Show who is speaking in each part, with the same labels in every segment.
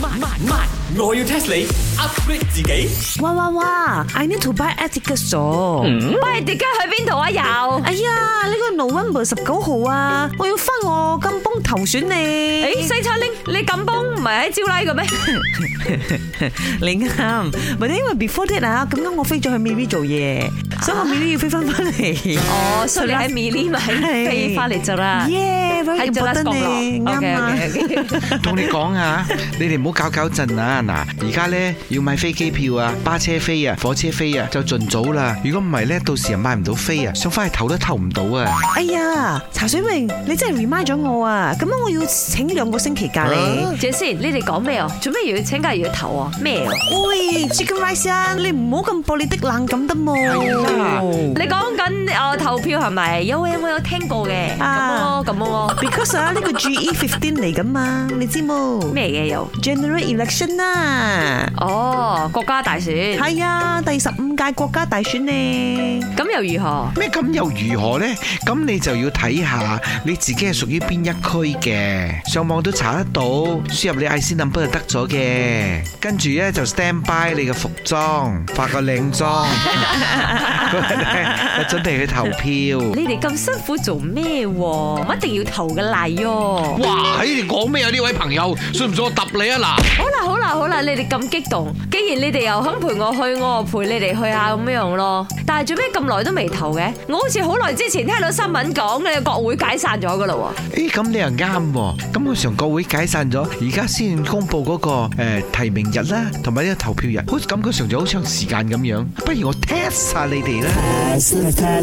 Speaker 1: 慢慢慢，我要 test 你 upgrade 自己。
Speaker 2: 哇哇哇！I need to buy Atticus 咗。
Speaker 3: 喂，迪加去邊度 啊？又，
Speaker 2: 哎呀，呢個 November 十九號啊，我要翻我金邦投選你。
Speaker 3: 诶，西餐拎，你咁幫唔係喺招拉嘅咩？
Speaker 2: 你啱，或者因為 before that 啊，咁啱我飛咗去 Maybe 做嘢，所以
Speaker 3: 啊
Speaker 2: 我 Maybe 要飛翻翻嚟。
Speaker 3: 哦，所以你喺 m i l 咪飛翻嚟就啦。
Speaker 2: Yeah，very
Speaker 3: 喺 Jelas
Speaker 2: important
Speaker 3: 降落
Speaker 2: 咧，啱啊。
Speaker 3: ，OK，OK，OK
Speaker 4: 同你講啊，你哋唔好搞搞震啊！嗱，而家呢，要買飛機票啊、巴車飛啊、火車飛啊，就盡早啦。如果唔係呢，到時又買唔到飛啊，想翻去投都投唔到啊！
Speaker 2: 哎呀，茶水明，你真係 remind 咗我啊！咁樣我要請兩個星期假你。
Speaker 3: 姐先，你哋講咩啊？做咩又要請假又要投啊？咩啊？
Speaker 2: 喂，Chicken Rice 啊，你唔好咁暴力的冷咁得
Speaker 3: 啊
Speaker 2: 冇。
Speaker 3: 你講緊啊投票係咪？有啊，我有聽過嘅。咁
Speaker 2: 啊
Speaker 3: 咯，咁咯，
Speaker 2: Because 啊，呢個 GE fifteen 嚟噶嘛，你知冇？
Speaker 3: 咩嘅又？
Speaker 2: General Election 啊，
Speaker 3: 哦，國家大選，
Speaker 2: 係啊，第十五屆國家大選呢。
Speaker 3: 咁又如何？
Speaker 4: 咩咁又如何呢？咁你就要睇下你自己係屬於邊一區嘅，上網都查得到，輸入你 IC number 就得咗嘅。跟住呢，就 stand by 你嘅服裝，化個靚妝，咁呢就準備去投票。
Speaker 3: 你哋咁辛苦做咩喎？我一定要投嘅嚟喎！
Speaker 5: 哇！你講咩啊？呢位朋友，信唔信我揼你啊？嗱！
Speaker 3: 好啦好啦好啦，你哋咁激動，既然你哋又肯陪我去，我就陪你哋去下咁樣咯。但係做咩咁耐都未投嘅？我好似好耐之前聽到新聞講嘅國會解散咗噶啦喎。
Speaker 4: 诶，咁你又啱喎，咁佢常國會解散咗，而家先公布嗰個诶提名日啦，同埋呢個投票日，好似感覺上咗好長時間咁樣。不如我 test 下你哋啦，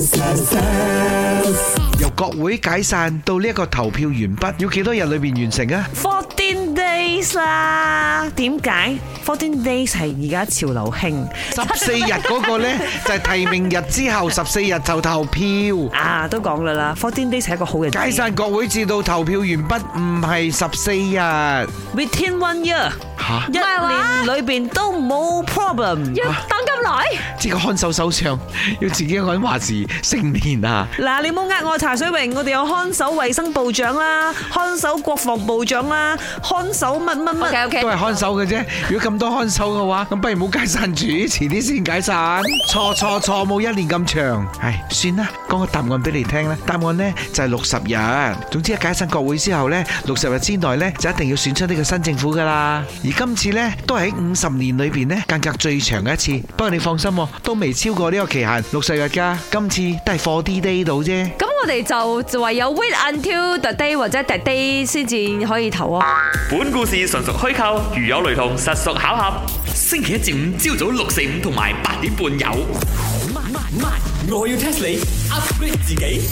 Speaker 4: 由國會解散到呢一個投票完畢，要幾多日裏边完成啊？
Speaker 2: Fourteen days 啦，點解？Fourteen days 係而家潮流興
Speaker 4: 十四日嗰個呢，就係提名日之後十四日就投票。
Speaker 2: 啊，都講啦啦，fourteen days 係一個好嘅
Speaker 4: 解散國會至到投票完畢唔係十四日，
Speaker 2: Within one year，
Speaker 4: 吓
Speaker 2: 一
Speaker 3: 係話
Speaker 2: 年裏邊都冇 problem。
Speaker 3: 要等咁耐？
Speaker 4: 即係個看守首相要自己一個人話事，成年啊！
Speaker 2: 嗱，你冇呃我茶水榮，我哋有看守衛生部長啦，看守國防部長啦，看守乜乜乜。
Speaker 3: OK
Speaker 4: 都
Speaker 3: OK，
Speaker 4: 係看守嘅啫。如果咁多看守嘅話，咁不如冇解散住，遲啲先解散。錯錯錯，冇一年咁長。唉，算啦，講個答案俾你聽啦。答案呢就係六十日。總之解散國會之後呢，六十日之內呢，就一定要選出呢個新政府噶啦。而今次呢，都係喺五十年裏邊呢，間隔最長嘅一次。不過你放心喎，都未超過呢個期限六十日㗎。今次都係 f o r D day 到啫。
Speaker 3: 咁我哋就就唯有 wait until the day 或者 the day 先至可以投啊。
Speaker 1: 本故事純屬虛構，如有雷同，實屬巧合。
Speaker 6: 星期一至五朝早六四五同埋八點半有。
Speaker 1: 慢慢慢，我要 test 你 upgrade 自己。